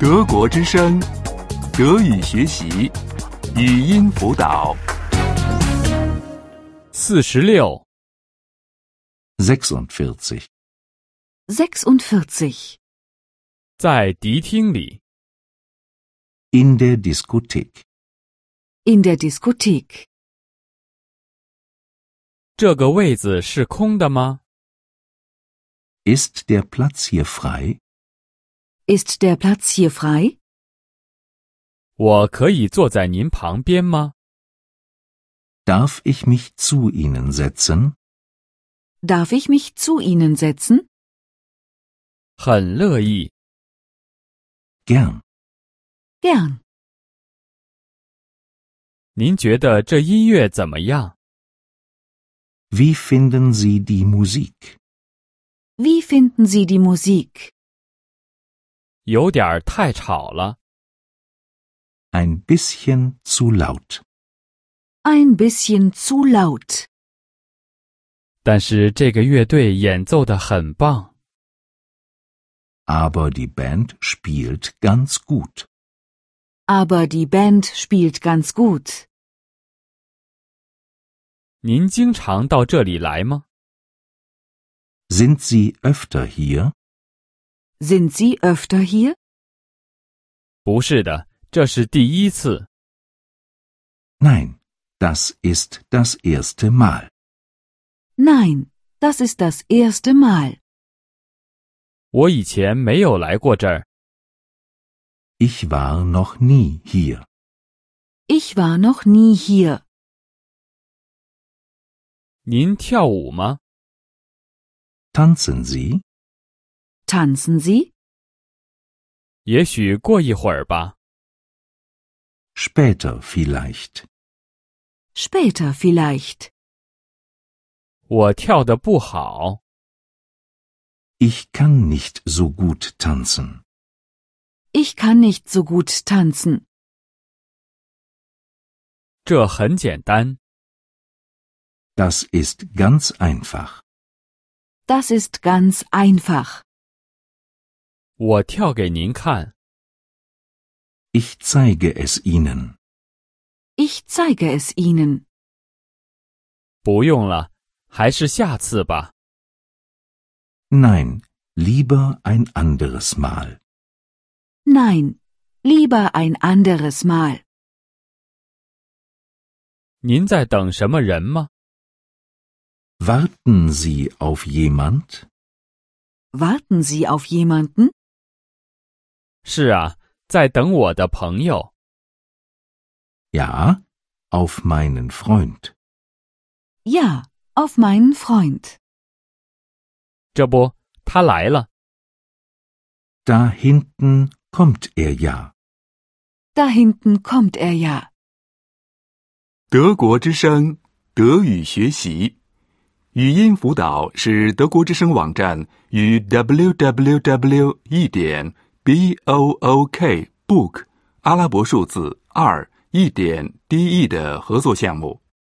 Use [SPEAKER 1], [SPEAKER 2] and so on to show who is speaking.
[SPEAKER 1] 德国之声，德语学习，语音辅导。
[SPEAKER 2] 四十六，
[SPEAKER 3] 46.
[SPEAKER 4] 46.
[SPEAKER 2] 在迪厅里，
[SPEAKER 3] In der Diskothek.
[SPEAKER 4] In der Diskothek.
[SPEAKER 2] 这个位子是空的吗？
[SPEAKER 3] Ist der Platz hier frei?
[SPEAKER 4] Ist der Platz hier frei?
[SPEAKER 2] 我可以坐在您旁边吗？
[SPEAKER 3] Darf ich mich zu Ihnen setzen?
[SPEAKER 4] Darf ich mich zu Ihnen setzen?
[SPEAKER 2] 很乐意。
[SPEAKER 3] Gern.
[SPEAKER 4] Gern.
[SPEAKER 2] 您觉得这音乐怎么样？
[SPEAKER 3] Wie finden Sie die Musik?
[SPEAKER 4] Wie finden Sie die Musik?
[SPEAKER 2] 有点儿太吵了。
[SPEAKER 3] Ein bisschen zu laut.
[SPEAKER 4] Ein bisschen zu laut.
[SPEAKER 2] 但是这个乐队演奏的很棒，
[SPEAKER 3] Aber die Band spielt ganz gut.
[SPEAKER 4] Aber die Band spielt ganz gut.
[SPEAKER 2] 您经常到这里来吗？
[SPEAKER 3] Sind Sie öfter hier?
[SPEAKER 4] Sind Sie öfter hier?
[SPEAKER 2] 不是的，这是第一次。
[SPEAKER 3] Nein, das ist das erste Mal.
[SPEAKER 4] Nein, das ist das erste Mal.
[SPEAKER 2] 我以前没有来过这儿。
[SPEAKER 3] Ich war noch nie hier.
[SPEAKER 4] Ich war noch nie hier.
[SPEAKER 2] 您跳舞吗？
[SPEAKER 3] Tanzen Sie?
[SPEAKER 4] Tanzen Sie?
[SPEAKER 2] 也许过一会儿吧。
[SPEAKER 3] Später vielleicht.
[SPEAKER 4] Später vielleicht.
[SPEAKER 2] 我跳得不好，
[SPEAKER 3] Ich kann nicht so gut tanzen.
[SPEAKER 4] Ich kann nicht so gut tanzen.
[SPEAKER 2] 这很简单。
[SPEAKER 3] Das ist ganz einfach.
[SPEAKER 4] Das ist ganz einfach.
[SPEAKER 2] 我跳给您看。
[SPEAKER 3] Ich zeige es Ihnen.
[SPEAKER 4] Ich zeige es Ihnen.
[SPEAKER 2] 不用了，还是下次吧。
[SPEAKER 3] Nein, lieber ein anderes Mal.
[SPEAKER 4] Nein, lieber ein anderes Mal.
[SPEAKER 2] 您在等什么人吗？
[SPEAKER 3] Warten Sie auf jemand?
[SPEAKER 4] Warten Sie auf jemanden?
[SPEAKER 2] 是啊，在等我的朋友。
[SPEAKER 3] Ja, auf meinen Freund.
[SPEAKER 4] Ja, auf meinen Freund.
[SPEAKER 2] 这不，他来了。
[SPEAKER 3] Da hinten kommt er ja.
[SPEAKER 4] Da hinten kommt er ja.
[SPEAKER 1] 德国之声，德语学习，语音辅导是德国之声网站与 www. 一点 b o o k book 阿拉伯数字二一点 d e 的合作项目。